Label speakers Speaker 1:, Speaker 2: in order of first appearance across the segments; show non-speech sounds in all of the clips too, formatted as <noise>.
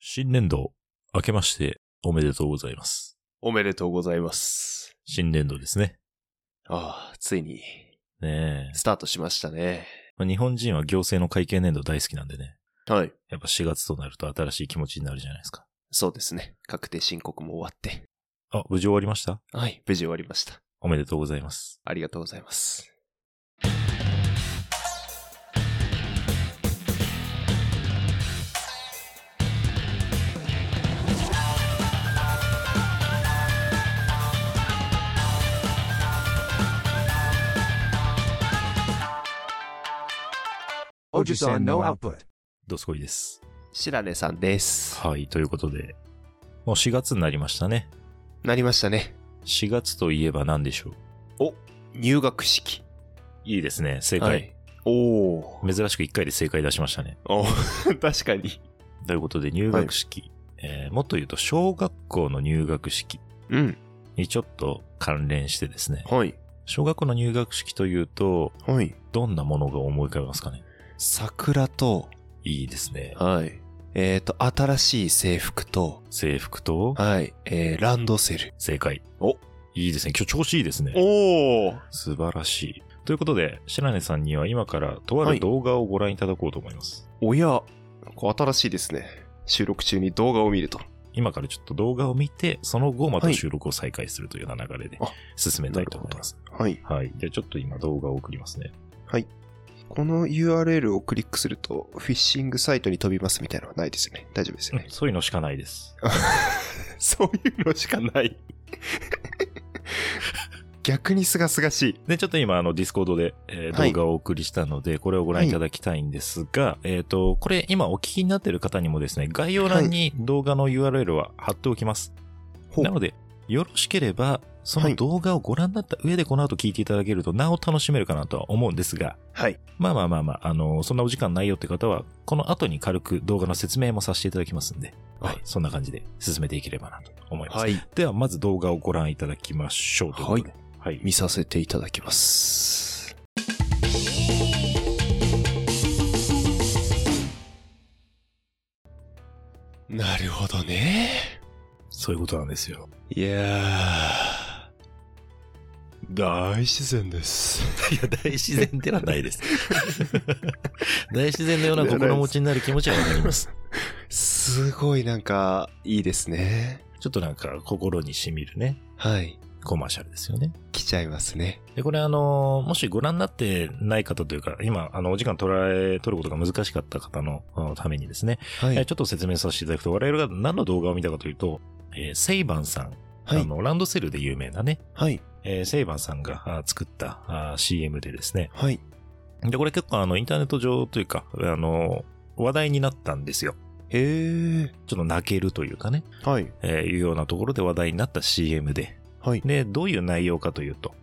Speaker 1: 新年度、明けましておめでとうございます。
Speaker 2: おめでとうございます。
Speaker 1: 新年度ですね。
Speaker 2: ああ、ついに、
Speaker 1: ねえ
Speaker 2: スタートしましたね。
Speaker 1: まあ。日本人は行政の会計年度大好きなんでね。
Speaker 2: はい。
Speaker 1: やっぱ4月となると新しい気持ちになるじゃないですか。
Speaker 2: そうですね。確定申告も終わって。
Speaker 1: あ、無事終わりました
Speaker 2: はい。無事終わりました。
Speaker 1: おめでとうございます。
Speaker 2: ありがとうございます。
Speaker 3: Ojisan no output.
Speaker 1: どすこいです。
Speaker 2: 白根さんです。
Speaker 1: はい、ということで。もう4月になりましたね。
Speaker 2: なりましたね。
Speaker 1: 4月といえば何でしょう
Speaker 2: 入学式。
Speaker 1: いいですね、正解。
Speaker 2: はい。おー。
Speaker 1: 珍しく1回で正解出しましたね。
Speaker 2: お <laughs> 確かに。
Speaker 1: ということで、入学式。えーもっと言うと、小学校の入学式
Speaker 2: うん。
Speaker 1: にちょっと関連してですね。
Speaker 2: はい。
Speaker 1: 小学校の入学式というと、
Speaker 2: はい。
Speaker 1: どんなものが思い浮かべますかね
Speaker 2: 桜と、
Speaker 1: いいですね。
Speaker 2: はい。えっ、と、新しい制服と、
Speaker 1: 制服と、
Speaker 2: はい。えー、ランドセル。
Speaker 1: 正解。
Speaker 2: お
Speaker 1: いいですね。今日調子いいですね。
Speaker 2: おー。
Speaker 1: 素晴らしい。ということで、白根さんには今からとあ
Speaker 2: は
Speaker 1: る
Speaker 2: い
Speaker 1: 動画をご覧いただこうと思います。
Speaker 2: おや、なんか新しいですね。収録中に動画を見ると。
Speaker 1: 今からちょっと動画を見て、その後また
Speaker 2: はい
Speaker 1: 収録を再開するというような流れで
Speaker 2: あ
Speaker 1: 進めたいと思います。
Speaker 2: はい。
Speaker 1: はい。じゃあちょっと今動画を送りますね。。
Speaker 2: この URL をクリックすると、フィッシングサイトに飛びますみたいなのはないですよね。大丈夫ですよね
Speaker 1: そういうのしかないです。
Speaker 2: <laughs> そういうのしかない。逆にすがすがしい。
Speaker 1: で、ちょっと今、あの、ディスコードで、えー
Speaker 2: はい
Speaker 1: 動画をお送りしたので、これをご覧いただきたいんですが、えっ、と、これ今お聞きになっている方にもですね、概要欄に動画の URL は貼っておきます。
Speaker 2: ほう
Speaker 1: なので、よろしければ、そ
Speaker 2: は
Speaker 1: の
Speaker 2: い
Speaker 1: 動画をご覧になった上でこの後聞いていただけると、なお楽しめるかなとは思うんですが、
Speaker 2: はい。
Speaker 1: まあまあまあまあ、あの、そんなお時間ないよって方は、この後に軽く動画の説明もさせていただきますんで、はい
Speaker 2: あ、
Speaker 1: そんな感じで進めていければなと思います。
Speaker 2: い。
Speaker 1: では、まず動画をご覧いただきましょうということで。はい。
Speaker 2: 見させていただきます。なるほどね。
Speaker 1: そういうことなんですよ。
Speaker 2: いやー、大自然です。
Speaker 1: <laughs> いや、大自然ではないです。 <laughs> 大自然のような心持ちになる気持ちはわかります。
Speaker 2: <laughs> すごいなんか、いいですね。
Speaker 1: ちょっとなんか心に染みるね、
Speaker 2: はい。
Speaker 1: コマーシャルですよね。
Speaker 2: 来ちゃいますね。
Speaker 1: で、これあの、もしご覧になってない方というか、今、あの、お時間取られ、取ることが難しかった方のあのためにですね、
Speaker 2: は
Speaker 1: えーちょっと説明させていただくと、我々が何の動画を見たかというと、えーセイバンさん、
Speaker 2: は
Speaker 1: あ
Speaker 2: い。
Speaker 1: の、ランドセルで有名なね、
Speaker 2: はい。
Speaker 1: えーセイバンさんがあー作ったあー CM でですね、
Speaker 2: はい。
Speaker 1: で、これ結構あの、インターネット上というか、あの、話題になったんですよ。
Speaker 2: へー。
Speaker 1: ちょっと泣けるというかね、
Speaker 2: はい。
Speaker 1: えーいうようなところで話題になった CM で。
Speaker 2: はい。
Speaker 1: で、どういう内容かというと、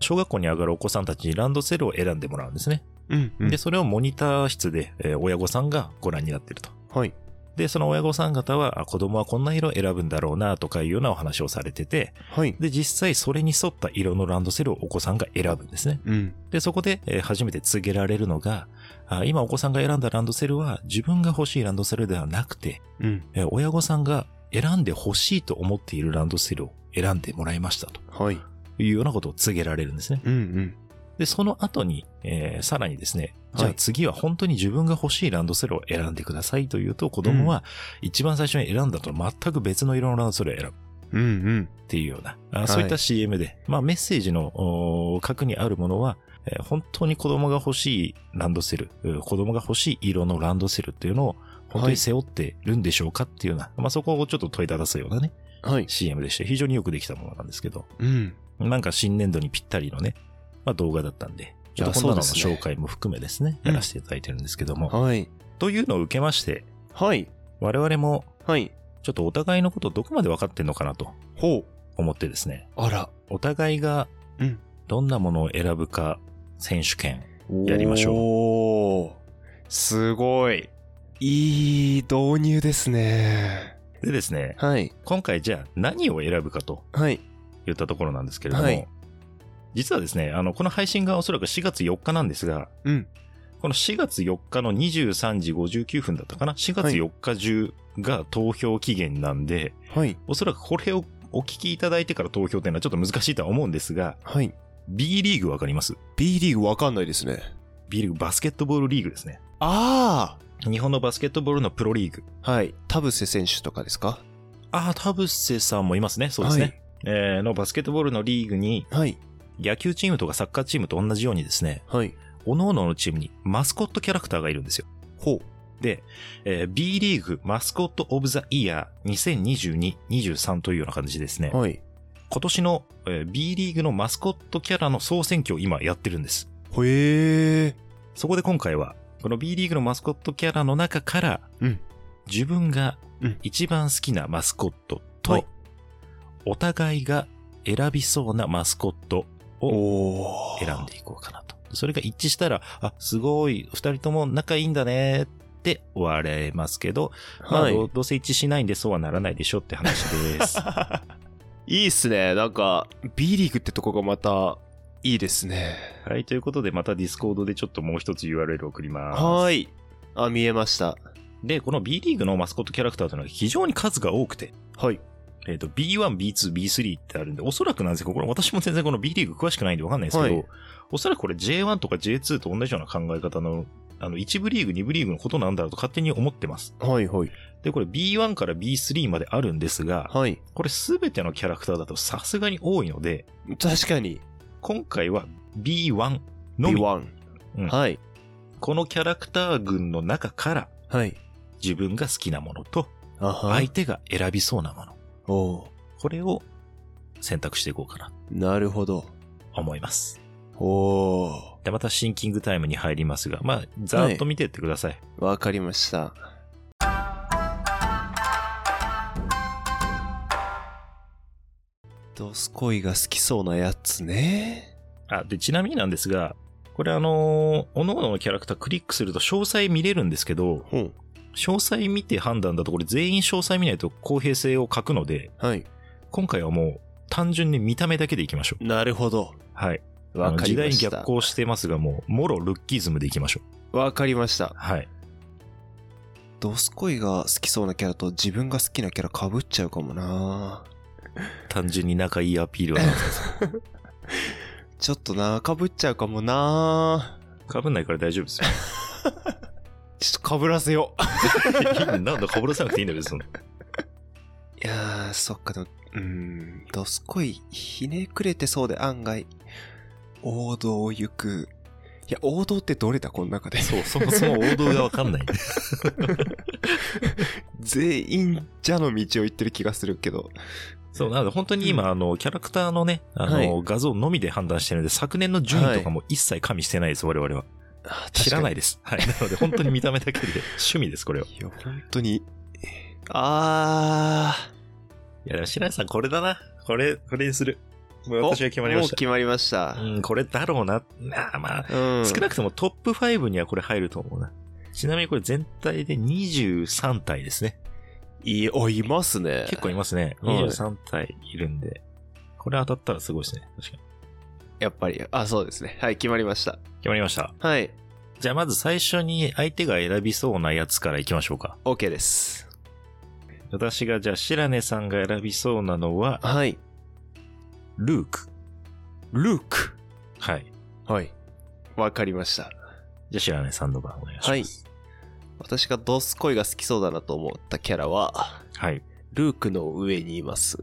Speaker 1: 小学校に上がるお子さんたちにランドセルを選んでもらうんですね。
Speaker 2: うん。
Speaker 1: で、それをモニター室で、えー親御さんがご覧になってると。
Speaker 2: はい。
Speaker 1: で、その親御さん方は、あ子供はこんな色を選ぶんだろうな、とかいうようなお話をされてて、
Speaker 2: はい。
Speaker 1: で、実際それに沿った色のランドセルをお子さんが選ぶんですね。
Speaker 2: うん。
Speaker 1: で、そこで、えー初めて告げられるのが、あ今お子さんが選んだランドセルは自分が欲しいランドセルではなくて、
Speaker 2: うん。
Speaker 1: えー親御さんが選んで欲しいと思っているランドセルを選んでもらいましたと
Speaker 2: はい。
Speaker 1: いうようなことを告げられるんですね。
Speaker 2: うん。うん。
Speaker 1: で、その後に、えーさらにですね、
Speaker 2: はい
Speaker 1: じゃあ次は本当に自分が欲しいランドセルを選んでくださいというと、子供は一番最初に選んだと全く別の色のランドセルを選ぶ
Speaker 2: うん。うん。
Speaker 1: っていうような、あ
Speaker 2: い
Speaker 1: そういった CM で、まあメッセージのお核にあるものは、えー本当に子供が欲しいランドセル、う子供が欲しい色のランドセルっていうのを本当
Speaker 2: は
Speaker 1: に
Speaker 2: い
Speaker 1: 背負ってるんでしょうかっていうような、まあそこをちょっと問いただすようなね、
Speaker 2: はい。
Speaker 1: CM でして、非常によくできたものなんですけど、
Speaker 2: うん。
Speaker 1: なんか新年度にぴったりのね、まあ動画だったんで、ちょっと
Speaker 2: そう
Speaker 1: 本棚の
Speaker 2: ですね
Speaker 1: 紹介も含めですね、
Speaker 2: うん
Speaker 1: やらせていただいてるんですけども、
Speaker 2: はい。
Speaker 1: というのを受けまして、
Speaker 2: はい。
Speaker 1: 我々も
Speaker 2: はい。
Speaker 1: ちょっとお互いのことをどこまで分かってんのかなと
Speaker 2: ほう。
Speaker 1: 思ってですね、
Speaker 2: あら。
Speaker 1: お互いが
Speaker 2: うん
Speaker 1: どんなものを選ぶか選手権、
Speaker 2: や
Speaker 1: やりましょう
Speaker 2: おー。すごい。いい導入ですね。
Speaker 1: でですね、
Speaker 2: はい。
Speaker 1: 今回じゃあ何を選ぶかと
Speaker 2: はい。
Speaker 1: 言ったところなんですけれども、
Speaker 2: はい
Speaker 1: 実はですね、あの、この配信がおそらく4月4日なんですが、
Speaker 2: うん。
Speaker 1: この4月4日の23時59分だったかな ?4 月
Speaker 2: はい
Speaker 1: 4日中が投票期限なんで、
Speaker 2: はい。
Speaker 1: おそらくこれをお聞きいただいてから投票っていうのはちょっと難しいとは思うんですが、
Speaker 2: はい。
Speaker 1: B リーグわかります
Speaker 2: B リーグわかんないですね。
Speaker 1: ?B リーグバスケットボールリーグですね。
Speaker 2: あ
Speaker 1: 日本のバスケットボールのプロリーグ。
Speaker 2: あはい。田臥選手とかですか
Speaker 1: ああ、田臥さんもいますね。そうですね。。えーのバスケットボールのリーグに、
Speaker 2: はい。
Speaker 1: 野球チームとかサッカーチームと同じようにですね、
Speaker 2: はい。
Speaker 1: 各々のチームにマスコットキャラクターがいるんですよ。
Speaker 2: ほ
Speaker 1: で、えー B リーグマスコットオブザイヤー2022-23というような感じですね。
Speaker 2: う。はい。
Speaker 1: 今年の、えー B リーグのマスコットキャラの総選挙を今やってるんです。
Speaker 2: へえ。
Speaker 1: そこで今回は、この B リーグのマスコットキャラの中から、
Speaker 2: うん
Speaker 1: 自分が
Speaker 2: うん
Speaker 1: 一番好きなマスコットと、
Speaker 2: はい
Speaker 1: お互いが選びそうなマスコットを
Speaker 2: おー
Speaker 1: 選ん。でいこうかなと。それが一致したら、あ、すごい、二人とも仲いいんだねって終われますけど、ま
Speaker 2: は
Speaker 1: あ
Speaker 2: い
Speaker 1: どう、どうせ一致しないんでそうはならないでしょって話
Speaker 2: <laughs>
Speaker 1: です。
Speaker 2: いいっすね。なんか、B リーグってとこがまた、いいですね。
Speaker 1: はい、ということでまたディスコードでちょっともう一つ URL 送ります。
Speaker 2: はーい。あ、見えました。
Speaker 1: で、この B リーグのマスコットキャラクターというのは非常に数が多くて、
Speaker 2: はい。
Speaker 1: えっ、と、B1、B2、B3 ってあるんで、おそらくなんですけど、これ私も全然この B リーグ詳しくないんでわかんないですけど、
Speaker 2: はい
Speaker 1: おそらくこれ J1 とか J2 と同じような考え方の、あの、1部リーグ、2部リーグのことなんだろうと勝手に思ってます。
Speaker 2: はいはい。
Speaker 1: で、これ B1 から B3 まであるんですが、
Speaker 2: はい。
Speaker 1: これすべてのキャラクターだとさすがに多いので、
Speaker 2: 確かに。
Speaker 1: 今回は B1 のみ、
Speaker 2: B1
Speaker 1: う。ん
Speaker 2: はい。
Speaker 1: このキャラクター群の中から
Speaker 2: はい。
Speaker 1: 自分が好きなものと
Speaker 2: あは
Speaker 1: 相
Speaker 2: い。
Speaker 1: 手が選びそうなもの、
Speaker 2: おー
Speaker 1: これを選択していこうかな
Speaker 2: なるほど。
Speaker 1: と思います。
Speaker 2: おー
Speaker 1: で、またシンキングタイムに入りますが、まあ、ざーっと見てってください。
Speaker 2: わかりました。ドスコイが好きそうなやつね。
Speaker 1: あ、で、ちなみになんですが、これあのー、おののキャラクタークリックすると詳細見れるんですけど、
Speaker 2: ほん。
Speaker 1: 詳細見て判断だとこれ全員詳細見ないと公平性を欠くので、
Speaker 2: はい。
Speaker 1: 今回はもう単純に見た目だけでいきましょう。
Speaker 2: なるほど。
Speaker 1: はい。あ
Speaker 2: わ
Speaker 1: の
Speaker 2: か
Speaker 1: 時
Speaker 2: り
Speaker 1: 代
Speaker 2: ま
Speaker 1: に
Speaker 2: し
Speaker 1: 逆
Speaker 2: た。
Speaker 1: 行してますが、もう、もろルッキズムでいきましょう。
Speaker 2: わかりました。
Speaker 1: はい。
Speaker 2: ドスコイが好きそうなキャラと自分が好きなキャラ被っちゃうかもな
Speaker 1: 単純に仲いいアピールはなさそ
Speaker 2: ちょっとな被っちゃうかもな
Speaker 1: う。被んないから大丈夫ですよ。
Speaker 2: ちょっと被らせよう。
Speaker 1: <laughs> なんだ、被らさなくていいんだけど、その。
Speaker 2: いやー、そっか、でも、うーん、ドスコイ、ひねくれてそうで案外、王道を行く。いや、王道ってどれだ、この中で。 <laughs>
Speaker 1: そう、そもそも王道がわかんない。
Speaker 2: 全員、じゃの道を行ってる気がするけど。
Speaker 1: <laughs> そう、なので本当に今、あの、キャラクターのね、あの、
Speaker 2: はい
Speaker 1: 画像のみで判断してるので、昨年の順位とかも一切加味してないです、我々は。
Speaker 2: あー。
Speaker 1: 知らないいです。はい。なので本当に見た目だけで、趣味です、これは。い
Speaker 2: いや、本当に。あー。
Speaker 1: や、でも白井さん、これだな。これ、これにする。もう私は決まりま
Speaker 2: もう
Speaker 1: した。
Speaker 2: 決まりました。
Speaker 1: うん、これだろうな。なあまあ、
Speaker 2: うん。
Speaker 1: 少なくともトップ5にはこれ入ると思うな。ちなみにこれ全体で23体ですね。
Speaker 2: いい、お、いますね。
Speaker 1: 結構いますね。
Speaker 2: はい
Speaker 1: 23体いるんで。これ当たったらすごいですね。確かに。
Speaker 2: やっぱり、あ、そうですね。はい、決まりました。
Speaker 1: 決まりました。
Speaker 2: はい、
Speaker 1: じゃあまず最初に相手が選びそうなやつからいきましょうか。
Speaker 2: OK です。
Speaker 1: 私がじゃあ白根さんが選びそうなのは、
Speaker 2: はい、
Speaker 1: ルーク。
Speaker 2: ルーク。
Speaker 1: はい。
Speaker 2: はい。わかりました。
Speaker 1: じゃあ白根さんの番お願いします。
Speaker 2: はい。私がドスコイが好きそうだなと思ったキャラは、
Speaker 1: はい。
Speaker 2: ルークの上にいます。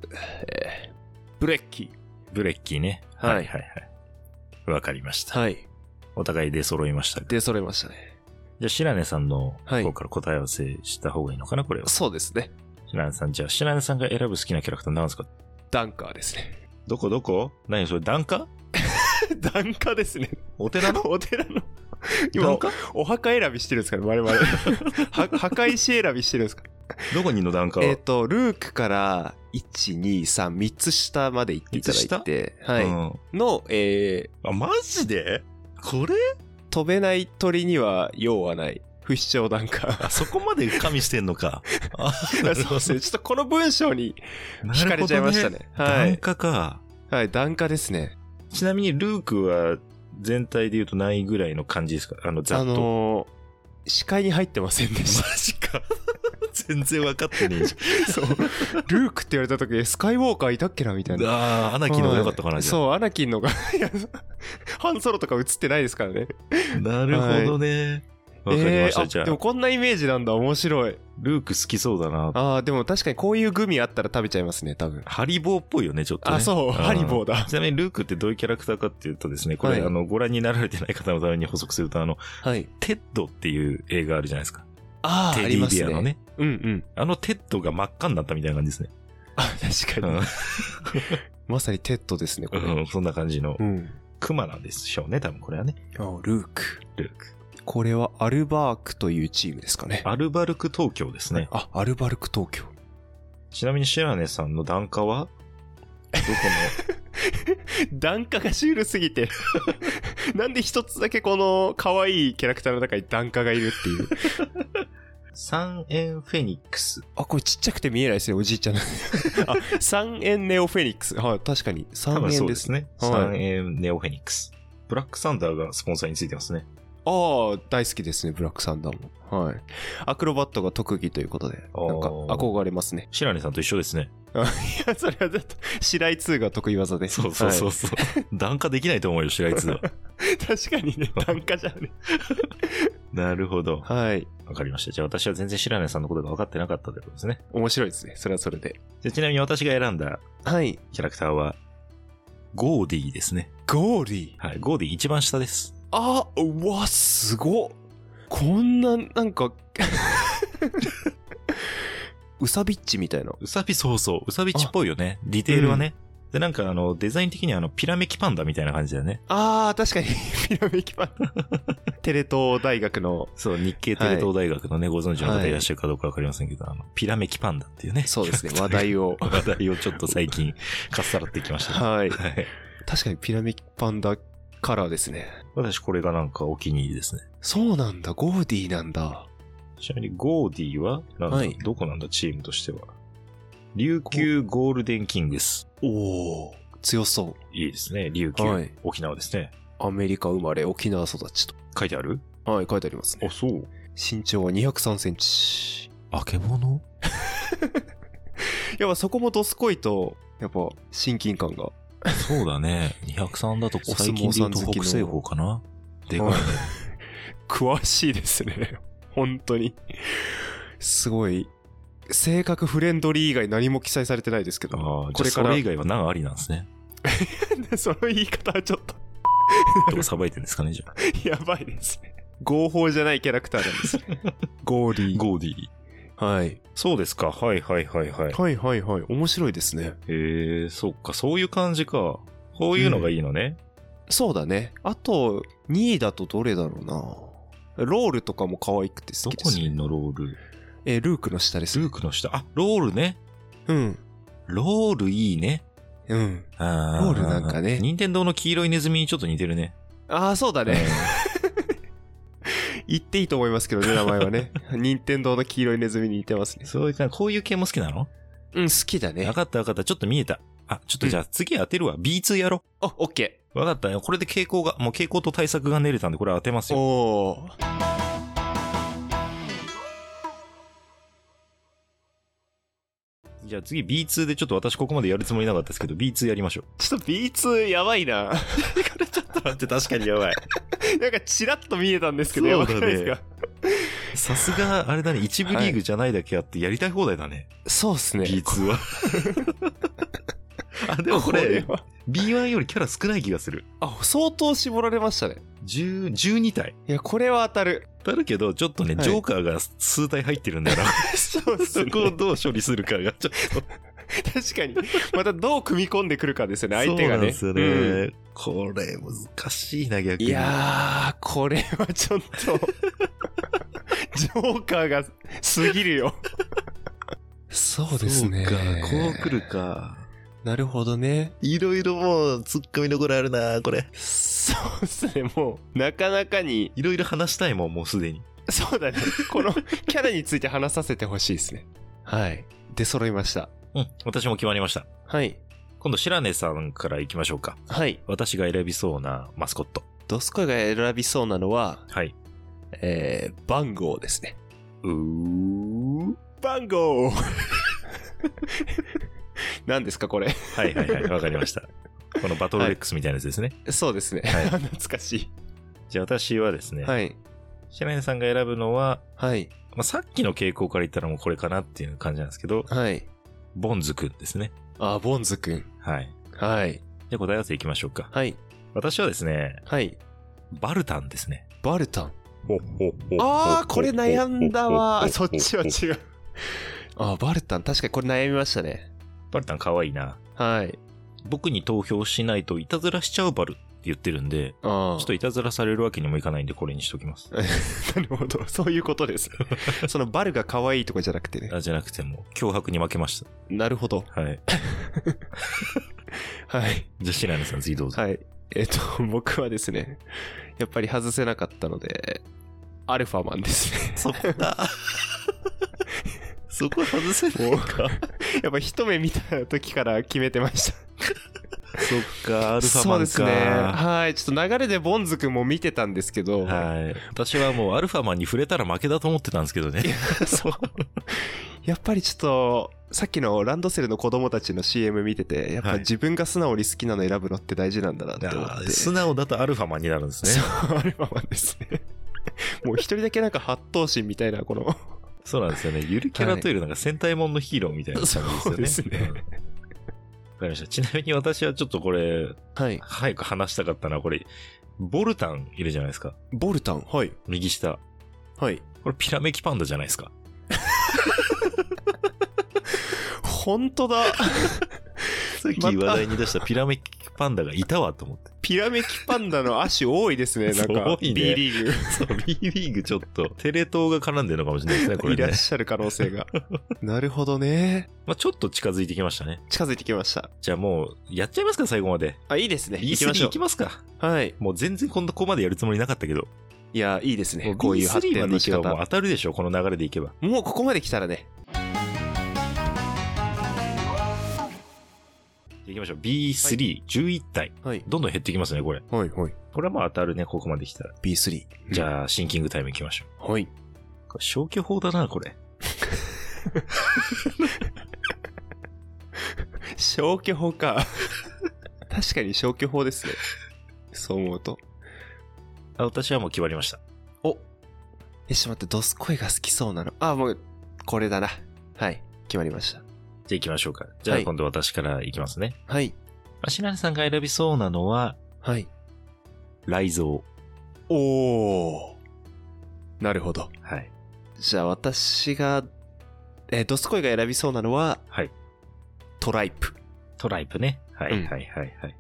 Speaker 2: えーブレッキ
Speaker 1: ブレッキーね。
Speaker 2: はい
Speaker 1: はいはいはい。わかりまし
Speaker 2: ー。
Speaker 1: た。
Speaker 2: はい。
Speaker 1: お互い出揃いましたが
Speaker 2: 出揃えましたね。
Speaker 1: じゃあ、白根さんの
Speaker 2: はい
Speaker 1: 方から答え合わせした方がいいのかな、これは。
Speaker 2: そうですね。
Speaker 1: 白根さん、じゃあ、白根さんが選ぶ好きなキャラクター何ですか
Speaker 2: ダンカーですね。
Speaker 1: どこどこ何それ、檀家
Speaker 2: <laughs> ダンカーですね。
Speaker 1: お寺の
Speaker 2: <laughs> お寺の。
Speaker 1: 檀
Speaker 2: 今、
Speaker 1: 家
Speaker 2: お墓選びしてるんですかね、我々。は <laughs> 墓石選びしてるんですか
Speaker 1: どこにいんの檀家は、
Speaker 2: えっ、と、ルークから、1、2、3、3つ下まで行っていただいて、はい。
Speaker 1: うん
Speaker 2: の、え
Speaker 1: あ、マジでこれ
Speaker 2: ー飛べない鳥には用はない。不死鳥なん
Speaker 1: <laughs>
Speaker 2: か。
Speaker 1: あそこまで加味してんの <laughs> か。あ、
Speaker 2: そうですね。ちょっとこの文章に惹かれちゃいましたね。
Speaker 1: な
Speaker 2: は
Speaker 1: るほどね檀
Speaker 2: い。
Speaker 1: 家か。
Speaker 2: はい、檀家ですね。
Speaker 1: ちなみに、ルークは、全体で言うと何位ぐらいの感じですかあの、ざ
Speaker 2: あ
Speaker 1: っと。
Speaker 2: のー視界に入ってません
Speaker 1: <laughs>
Speaker 2: でした。
Speaker 1: ジか。全然分かってねえじ
Speaker 2: そう。ルークって言われた時に、スカイウォーカーいたっけなみたい
Speaker 1: ゃん。
Speaker 2: な。
Speaker 1: ああ、アナ
Speaker 2: ア
Speaker 1: キの方が良かったかな、じゃ
Speaker 2: そう、アナキンのが、いや <laughs> ハンソロとか映ってないですからね。
Speaker 1: あ。なるほどね。わかりました。
Speaker 2: えー
Speaker 1: じゃ
Speaker 2: でも
Speaker 1: あ、
Speaker 2: こんなイメージなんだ、面白い。
Speaker 1: ルーク好きそうだな。
Speaker 2: ああ、でも確かにこういうグミあったら食べちゃいますね、多分。
Speaker 1: ハリボーっぽいよね、ちょっとね。
Speaker 2: あ、そう、
Speaker 1: ん
Speaker 2: ハリボーだ。
Speaker 1: ちなみにルークってどういうキャラクターかっていうとですね、これ、
Speaker 2: はい
Speaker 1: あの、ご覧になられてない方のために補足すると、あの、
Speaker 2: はい。
Speaker 1: テッドっていう映画あるじゃないですか。
Speaker 2: ああ、
Speaker 1: テ
Speaker 2: あ
Speaker 1: デ
Speaker 2: りま
Speaker 1: ィ
Speaker 2: す
Speaker 1: ベアの
Speaker 2: ね。
Speaker 1: ね。
Speaker 2: うんうん。
Speaker 1: あのテッドが真っ赤になったみたいな感じですね。
Speaker 2: あ、 <laughs> 確かに。まさにテッドですね、こ
Speaker 1: う
Speaker 2: れ。
Speaker 1: ん、そんな感じの
Speaker 2: うん。
Speaker 1: クマなんでしょうね、多分これはね。
Speaker 2: あルーク。
Speaker 1: ルーク。
Speaker 2: これはアルバークというチームですかね。
Speaker 1: アルバルク東京ですね。
Speaker 2: あ、アルバルク東 <laughs> 京。
Speaker 1: ちなみにシェラネさんの檀家は、どこ <laughs>
Speaker 2: 段下がシュールすぎて <laughs> なんで一つだけこの可愛いキャラクターの中に段下がいるっていう
Speaker 1: のサンエンフェニックス。
Speaker 2: <laughs> あこれちっちゃくて見えないですねおじいちゃんの <laughs> あ三円ネオフェニックスはい確かに
Speaker 1: 多
Speaker 2: 三
Speaker 1: 分そ
Speaker 2: 円
Speaker 1: う
Speaker 2: で
Speaker 1: ですすね。
Speaker 2: はい
Speaker 1: サンエンネオフェニックス。ブラックサンダーがスポンサーについてますね。
Speaker 2: ああ大好きですねブラックサンダーもはいアクロバットが特技ということでなんか
Speaker 1: あー
Speaker 2: 憧れますね
Speaker 1: シェラネさんと一緒ですね。
Speaker 2: いやそれはちょっと白井2が得意技で
Speaker 1: そうそうそう
Speaker 2: は
Speaker 1: そう。 <laughs> 檀家できないと思うよ、白井津は。
Speaker 2: い確かにね段下じゃね
Speaker 1: なるほど。
Speaker 2: はい
Speaker 1: わかりました。じゃあ私は全然白根さんのことが分かってなかったということですね。
Speaker 2: 面白いですねそれはそれで
Speaker 1: じゃあちなみに私が選んだ
Speaker 2: はい
Speaker 1: キャラクターは、ゴーディーですね。
Speaker 2: ゴーリー
Speaker 1: はい。ゴーディー一番下です。
Speaker 2: あうわすごっこんななんか <laughs> ウサビッチみたいな
Speaker 1: ウサビ、そうそう。ウサビっちっぽいよね。ディテールはね。で、なんかあの、デザイン的にはあの、ピラメキパンダみたいな感じだよね。
Speaker 2: あー確 <laughs> かにピラミキパンダテレ東大学の
Speaker 1: そう、日系テレ東大学のね、ご存知の方いらっしゃるかどうかわかりませんけど、あの、ピラメキパンダっていうね。
Speaker 2: そう <laughs> ですね
Speaker 1: キャ
Speaker 2: 話
Speaker 1: ラクター
Speaker 2: 題を
Speaker 1: が <laughs> 話題をちょっと最近、 <laughs> かっさらってきま
Speaker 2: <laughs>
Speaker 1: したね。
Speaker 2: はい
Speaker 1: はい。
Speaker 2: 確かにピラミキパンダカラーですね
Speaker 1: 私これがなんかお気に入りですね。
Speaker 2: そうなんだゴーディーなんだ
Speaker 1: ちなみにゴーディーはなんだ、
Speaker 2: はい
Speaker 1: どこなんだチームとしては。琉球ゴールデンキングス。
Speaker 2: おお強そう
Speaker 1: いいですね。琉球、
Speaker 2: はい
Speaker 1: 沖縄ですね。
Speaker 2: アメリカ生まれ沖縄育ちと
Speaker 1: 書いてある
Speaker 2: はい書いてありますね
Speaker 1: そう。
Speaker 2: 身長は2 0 3センチ
Speaker 1: あけぼの
Speaker 2: やっぱそこもドスコイとやっぱ親近感が
Speaker 1: そうだね。203だと
Speaker 2: お
Speaker 1: 最近で言うと
Speaker 2: 相撲さん好き
Speaker 1: 北西
Speaker 2: の
Speaker 1: 方かな。でかいね
Speaker 2: は。詳しいですね。本当に。すごい。性格フレンドリー以外何も記載されてないですけ
Speaker 1: あ
Speaker 2: ど。
Speaker 1: ーじゃあ
Speaker 2: これか
Speaker 1: そ
Speaker 2: ら
Speaker 1: れ以外は何ありなんですね。
Speaker 2: <laughs> その言い方はちょっと
Speaker 1: どうさばいてるんですかね、じゃあ。
Speaker 2: やばいですね。合法じゃないキャラクターなんですね。 <laughs> ゴーリー。
Speaker 1: ゴーディー。
Speaker 2: はい。
Speaker 1: そうですか。はいはいはいはい。
Speaker 2: はいはいはい。面白いですね。
Speaker 1: へえ、そっか。そういう感じか。こういうのがいいのね。
Speaker 2: そうだね。あと、2位だとどれだろうな。ロールとかも可愛くて好
Speaker 1: ど
Speaker 2: きで
Speaker 1: こ
Speaker 2: す。
Speaker 1: にいんのロール。
Speaker 2: えールークの下です。
Speaker 1: ルークの下。あ、ロールね。
Speaker 2: うん。
Speaker 1: ロールいいね。
Speaker 2: うん。
Speaker 1: あ
Speaker 2: ロールなんかね
Speaker 1: 任天堂の黄色いネズミにちょっと似てるね。
Speaker 2: ああ、そうだね。 <laughs> 言っていいと思いますけどね、名前
Speaker 1: <laughs>
Speaker 2: はね。任天堂の黄色いネズミに似てますね。
Speaker 1: そういう感じ、こういう系も好きなの
Speaker 2: うん、好きだね
Speaker 1: 分。かった分かった。ちょっと見えた。あ、ちょっとじゃあ次当てるわ。B2 やろ。
Speaker 2: あ、オッケ
Speaker 1: 分かったよ。これで傾向が、もう傾向と対策が練れたんで、これ当てます
Speaker 2: ー。
Speaker 1: よ。
Speaker 2: おー。
Speaker 1: じゃあ次 B2 でちょっと私ここまでやるつもりなかったですけど、B2 やりましょう。
Speaker 2: ちょっと B2 やばいな。
Speaker 1: 待って、確かにやばい。
Speaker 2: なんかチラッと見えたんですけど、
Speaker 1: そ
Speaker 2: や
Speaker 1: う
Speaker 2: ば
Speaker 1: だね
Speaker 2: くないです
Speaker 1: <laughs> さ
Speaker 2: か
Speaker 1: すが、あれだね、一部リーグじゃないだけあって、やりたい放題だね。
Speaker 2: そうっす
Speaker 1: B2 は。 <laughs> あ、でもこれ、B1 よりキャラ少ない気がする。
Speaker 2: あ、相当絞られましたね。
Speaker 1: 10 12体。
Speaker 2: いや、これは当たる。
Speaker 1: だるけど、ちょっとね、
Speaker 2: はい
Speaker 1: ジョーカーが数体入ってるんだよな。
Speaker 2: <laughs> そうっ
Speaker 1: <laughs> そこをどう処理するか
Speaker 2: <laughs>
Speaker 1: が、ちょっと。
Speaker 2: 確かに。またどう組み込んでくるかですよね、相手がね。
Speaker 1: そうなんですよ
Speaker 2: うん
Speaker 1: ね。これ、難しいな、逆に。
Speaker 2: いやー、これはちょっと、ジョーカーが過ぎるよ。そ
Speaker 1: そうか、こう来るか。
Speaker 2: なるほどね。
Speaker 1: いろいろもう、突っ込みどころあるな、これ。
Speaker 2: そうですね、もう、なかなかに、
Speaker 1: いろいろ話したいもん、もうすでに。
Speaker 2: そうだね、このキャラについて話させてほしいですね。はい。出揃いました。
Speaker 1: うん、私も決まりました。
Speaker 2: はい。
Speaker 1: 今度、白根さんから行きましょうか。
Speaker 2: はい。
Speaker 1: 私が選びそうなマスコット。
Speaker 2: ドスコイが選びそうなのは、
Speaker 1: はい。
Speaker 2: えー、番号ですね。
Speaker 1: うー。
Speaker 2: 番号 <laughs> 何ですかこれ。
Speaker 1: はいはいはい。わかりました。このバトルレックスみたいなやつですね。
Speaker 2: そうですね。
Speaker 1: はい
Speaker 2: <laughs> 懐かし
Speaker 1: じゃあ私はですね、
Speaker 2: い。
Speaker 1: はい、
Speaker 2: はい。
Speaker 1: シェレンさんが選ぶのは、
Speaker 2: はい。
Speaker 1: まあ、さっきの傾向から言ったらもうこれかなっていう感じなんですけど、
Speaker 2: はい。
Speaker 1: ボンズくんですね。
Speaker 2: あ、ボンズくん。
Speaker 1: はい。
Speaker 2: はい。
Speaker 1: じゃあ答え合わせいきましょうか。
Speaker 2: はい。
Speaker 1: 私はですね、
Speaker 2: はい。
Speaker 1: バルタンですね。
Speaker 2: バルタン。あ
Speaker 1: あ
Speaker 2: あ、これ悩んだわ。そっちは違う。あーバルタン。確かにこれ悩みましたね。
Speaker 1: バルタン可愛いな。
Speaker 2: はい。
Speaker 1: 僕に投票しないといたずらしちゃうバルって言ってるんで、
Speaker 2: あ
Speaker 1: ちょっ
Speaker 2: ー
Speaker 1: といたずらされるわけにもいかないんでこれにしときます。
Speaker 2: なるほど。そういうこと
Speaker 1: <laughs>
Speaker 2: です。そのバルが可愛いとかじゃなくてね。
Speaker 1: あじゃなくても、脅迫に負けまし
Speaker 2: なるほど。
Speaker 1: た。はい。
Speaker 2: はい。
Speaker 1: じゃあ、シナネさん次どうぞ。
Speaker 2: はい。えっ、と、僕はですね、やっぱり外せなかったので、アルファマンですね。
Speaker 1: そこだ。そこ外せ
Speaker 2: ない
Speaker 1: か。
Speaker 2: <laughs> やっぱ一目見た時から決めてました。
Speaker 1: そっか、アルファ
Speaker 2: そ
Speaker 1: マ
Speaker 2: う
Speaker 1: ンか。
Speaker 2: ですね。はい。ちょっと流れでボンズくんも見てたんですけど、
Speaker 1: はい。私はもうアルファマンに触れたら負けだと思ってたんですけどね。
Speaker 2: <laughs>
Speaker 1: そう。
Speaker 2: やっぱりちょっと、さっきのランドセルの子供たちの CM 見てて、やっ
Speaker 1: はい
Speaker 2: ぱ自分が素直に好きなの選ぶのって大事なんだなって思って。
Speaker 1: 素直だとアルファマンになるんですね。
Speaker 2: そう、アルファマンですね。もう一人だけなんか八頭身みたいな、この。
Speaker 1: そうなんですよね。ゆるキャラというよりなんか戦隊もんのヒーローみたいな感じですよね。
Speaker 2: そうですね
Speaker 1: んわかりました。ちなみに私はちょっとこれ、
Speaker 2: はい。
Speaker 1: 早く話したかったな。これ、ボルタンいるじゃないですか。
Speaker 2: ボルタン。はい。
Speaker 1: 右下。
Speaker 2: はい。
Speaker 1: これピラメキパンダじゃないですか。
Speaker 2: 本当だ。
Speaker 1: さっき話題に出したピラメキパンダがいたわと思って。
Speaker 2: ピラメキパンダの足多
Speaker 1: <laughs>
Speaker 2: いですね、なん
Speaker 1: 多
Speaker 2: か。
Speaker 1: いね
Speaker 2: B リーグ。
Speaker 1: <laughs> そう、B リーグちょっと、テレ東が絡んでるのかもしれないですね、これ
Speaker 2: いら
Speaker 1: ね
Speaker 2: っ。しゃる可能性が。なるほどね。
Speaker 1: まあちょっと近づいてきましたね。
Speaker 2: 近づいてきました。
Speaker 1: じゃあもう、やっちゃいますか、最後まで。
Speaker 2: あ、いいですね。 <laughs> 行きまし
Speaker 1: E3
Speaker 2: ょ
Speaker 1: 行きますか。
Speaker 2: う。はい。
Speaker 1: もう全然こんなここまでやるつもりなかったけど。
Speaker 2: いや、いいです
Speaker 1: も
Speaker 2: ね。こういう発
Speaker 1: B3 ま
Speaker 2: 展
Speaker 1: で
Speaker 2: の
Speaker 1: 行
Speaker 2: 仕
Speaker 1: けばもう
Speaker 2: 方。
Speaker 1: 当たるでしょ、この流れでいけば。
Speaker 2: もうここまで来たらね。
Speaker 1: いきましょう。B3、11体。
Speaker 2: はい。
Speaker 1: どんどん減ってきますね、これ。
Speaker 2: はい、はい。
Speaker 1: これはまあ当たるね、ここまで来たら。
Speaker 2: B3。
Speaker 1: じゃあ、シンキングタイムいきましょう。
Speaker 2: あ。はい。
Speaker 1: これ消去法だな、これ。
Speaker 2: 消去法か。 <laughs> 確かに消去法ですね。そう思うと。
Speaker 1: あ私はもう決まりました。
Speaker 2: おえ、ちょっと待って、ドスコイが好きそうなの。あ、もう、これだな。はい。決まりました。
Speaker 1: じゃあ行きましょうか。じゃあ
Speaker 2: はい
Speaker 1: 今度私から行きますね。
Speaker 2: はい。
Speaker 1: まあしなりさんが選びそうなのは、
Speaker 2: はい。
Speaker 1: 雷蔵。
Speaker 2: おー。なるほど。
Speaker 1: はい。
Speaker 2: じゃあ私が、えードスコイが選びそうなのは、
Speaker 1: はい。
Speaker 2: トライプ。
Speaker 1: トライプね。はい、
Speaker 2: うん
Speaker 1: はい、はい、はい。はい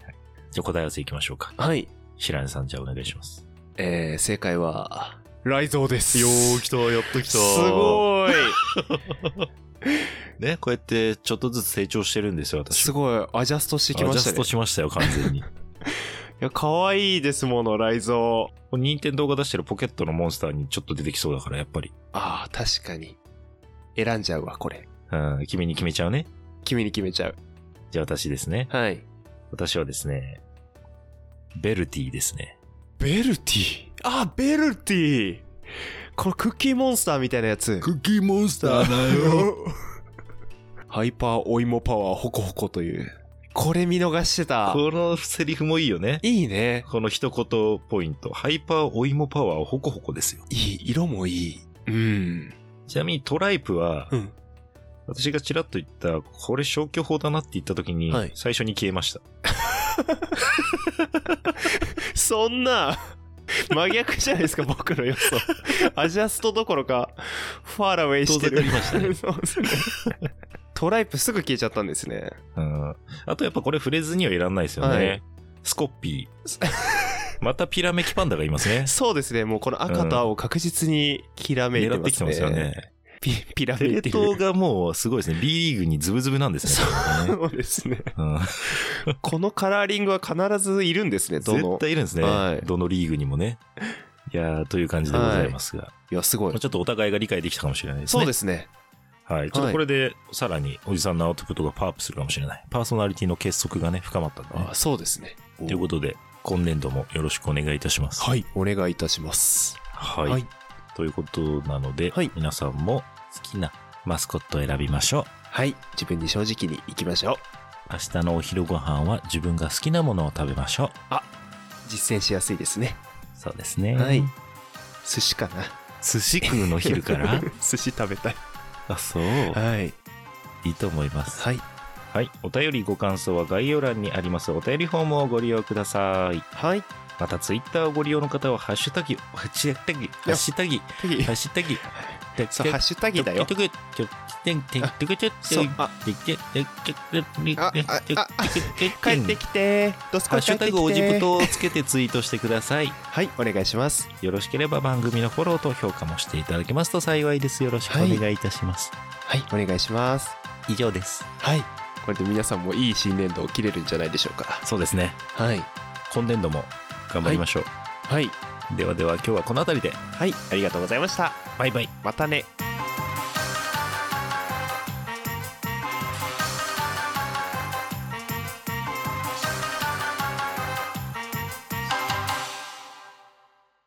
Speaker 1: じゃあ答え合わせいきましょうか。
Speaker 2: はい。
Speaker 1: しなりさん、じゃあお願いします。
Speaker 2: えー正解は、ライゾーです
Speaker 1: た、やっと
Speaker 2: すごい。
Speaker 1: い。ね、こうやってちょっとずつ成長してるんですよ、私。
Speaker 2: すごい。アジャストしてきま
Speaker 1: アジ
Speaker 2: し
Speaker 1: ャ
Speaker 2: た
Speaker 1: スト
Speaker 2: ね。
Speaker 1: しましたよ、完全に。
Speaker 2: いや、可愛いですもの、ライゾー。
Speaker 1: これ任天堂が出してるポケットのモンスターにちょっと出てきそうだから、やっぱり。
Speaker 2: ああ、確かに。選んじゃうわ、これ。
Speaker 1: うん、君に決めちゃうね。
Speaker 2: 君に決めちゃう。
Speaker 1: じゃあ私ですね。
Speaker 2: はい。
Speaker 1: 私はですね、ベルティですね。
Speaker 2: ベルティ。あ、ベルティ。これ、クッキーモンスターみたいなやつ。
Speaker 1: ッキーモンス
Speaker 2: ターだよ。ハイパーお芋パワーホコホコという。これ見逃してた。
Speaker 1: <laughs> このセリフもいいよね。
Speaker 2: いいね。
Speaker 1: この一言ポイント。ハイパーお芋パワーホコホコですよ。
Speaker 2: いい、色もいい。うん。
Speaker 1: ちなみにトライプは、
Speaker 2: うん
Speaker 1: 私がちらっと言った、これ消去法だなって言った時に、
Speaker 2: はい
Speaker 1: 最初に消えました。
Speaker 2: そんな、真逆じゃないです
Speaker 1: <laughs>
Speaker 2: か、僕の予想。アジャストどころか、ファーラウェイしてる
Speaker 1: 遠ざかりましたね
Speaker 2: そうですねトライプすぐ消えちゃったんですね。
Speaker 1: うん。あとやっぱこれ触れずにはいらんないですよね。
Speaker 2: はい
Speaker 1: スコッピー。またピラメキパンダがい
Speaker 2: <laughs>
Speaker 1: ますね。
Speaker 2: そうですね、もうこの赤と青を確実にきらめいて
Speaker 1: 狙っ
Speaker 2: ま
Speaker 1: てき
Speaker 2: す
Speaker 1: て
Speaker 2: ね。
Speaker 1: ますよね。
Speaker 2: ピ。ピラ
Speaker 1: テ
Speaker 2: メ
Speaker 1: レ
Speaker 2: いてる
Speaker 1: 東。がもうすごいですね。B リーグにズブズブなんですね。これね
Speaker 2: そうですね。
Speaker 1: うん
Speaker 2: このカラーリングは必ずいるんですね、どの
Speaker 1: 絶。対いるんですね、
Speaker 2: はい
Speaker 1: どのリーグにもね。いやーという感じでございますが、
Speaker 2: いや、すごい
Speaker 1: まあ。ちょっとお互いが理解できたかもしれないですね。
Speaker 2: そうですね。
Speaker 1: はい。ちょっとこれで、さらにおじさんのアウトプットがパワーアップするかもしれない。パーソナリティの結束がね、深まったんだね
Speaker 2: あそうですね。
Speaker 1: ということで、今年度もよろしくお願いいたします。
Speaker 2: い。お願いいたします。
Speaker 1: はい。
Speaker 2: はい
Speaker 1: ということなので、
Speaker 2: はい
Speaker 1: 皆さんも好きなマスコットを選びましょう。
Speaker 2: はい。自分に正直に行きましょう。
Speaker 1: 明日のお昼ご飯は自分が好きなものを食べましょう。
Speaker 2: 実践しやすいですね。
Speaker 1: そうですね。
Speaker 2: はい。寿司かな。
Speaker 1: 寿司食うの昼から
Speaker 2: <laughs> 寿司食べたい。
Speaker 1: あ、そう。
Speaker 2: はい。
Speaker 1: いいと思います。
Speaker 2: はい。
Speaker 1: はい。お便りご感想は概要欄にありますお便りフォームをご利用ください。
Speaker 2: はい。
Speaker 1: また、ツイッターをご利用の方は、ハッシュタグ、ハッシュタグ、ハッシュタグ、
Speaker 2: 次
Speaker 1: ハッシュタグ、
Speaker 2: そう、ハッシュタグだよ。そう。あ、帰ってきて。ドス
Speaker 1: ハ
Speaker 2: コ
Speaker 1: ッ
Speaker 2: イ帰
Speaker 1: シ
Speaker 2: っ
Speaker 1: ュ
Speaker 2: て
Speaker 1: タ
Speaker 2: き
Speaker 1: グおじぶ
Speaker 2: て。
Speaker 1: とをつけてツイートしてください。
Speaker 2: はい。お願いします。
Speaker 1: よろしければ番組のフォローと評価もしていただけますと幸いです。よろしくお願いいたします。
Speaker 2: はい。お願いします。
Speaker 1: 以上です。
Speaker 2: はい。これで皆さんもいい新年度を切れるんじゃないでしょうか。
Speaker 1: そうですね。
Speaker 2: はい。
Speaker 1: 今年度も頑張りましょう。
Speaker 2: はい。
Speaker 1: ではでは今日はこの辺りで。
Speaker 2: はい。ありがとうございました。
Speaker 1: バイバイ。
Speaker 2: またね。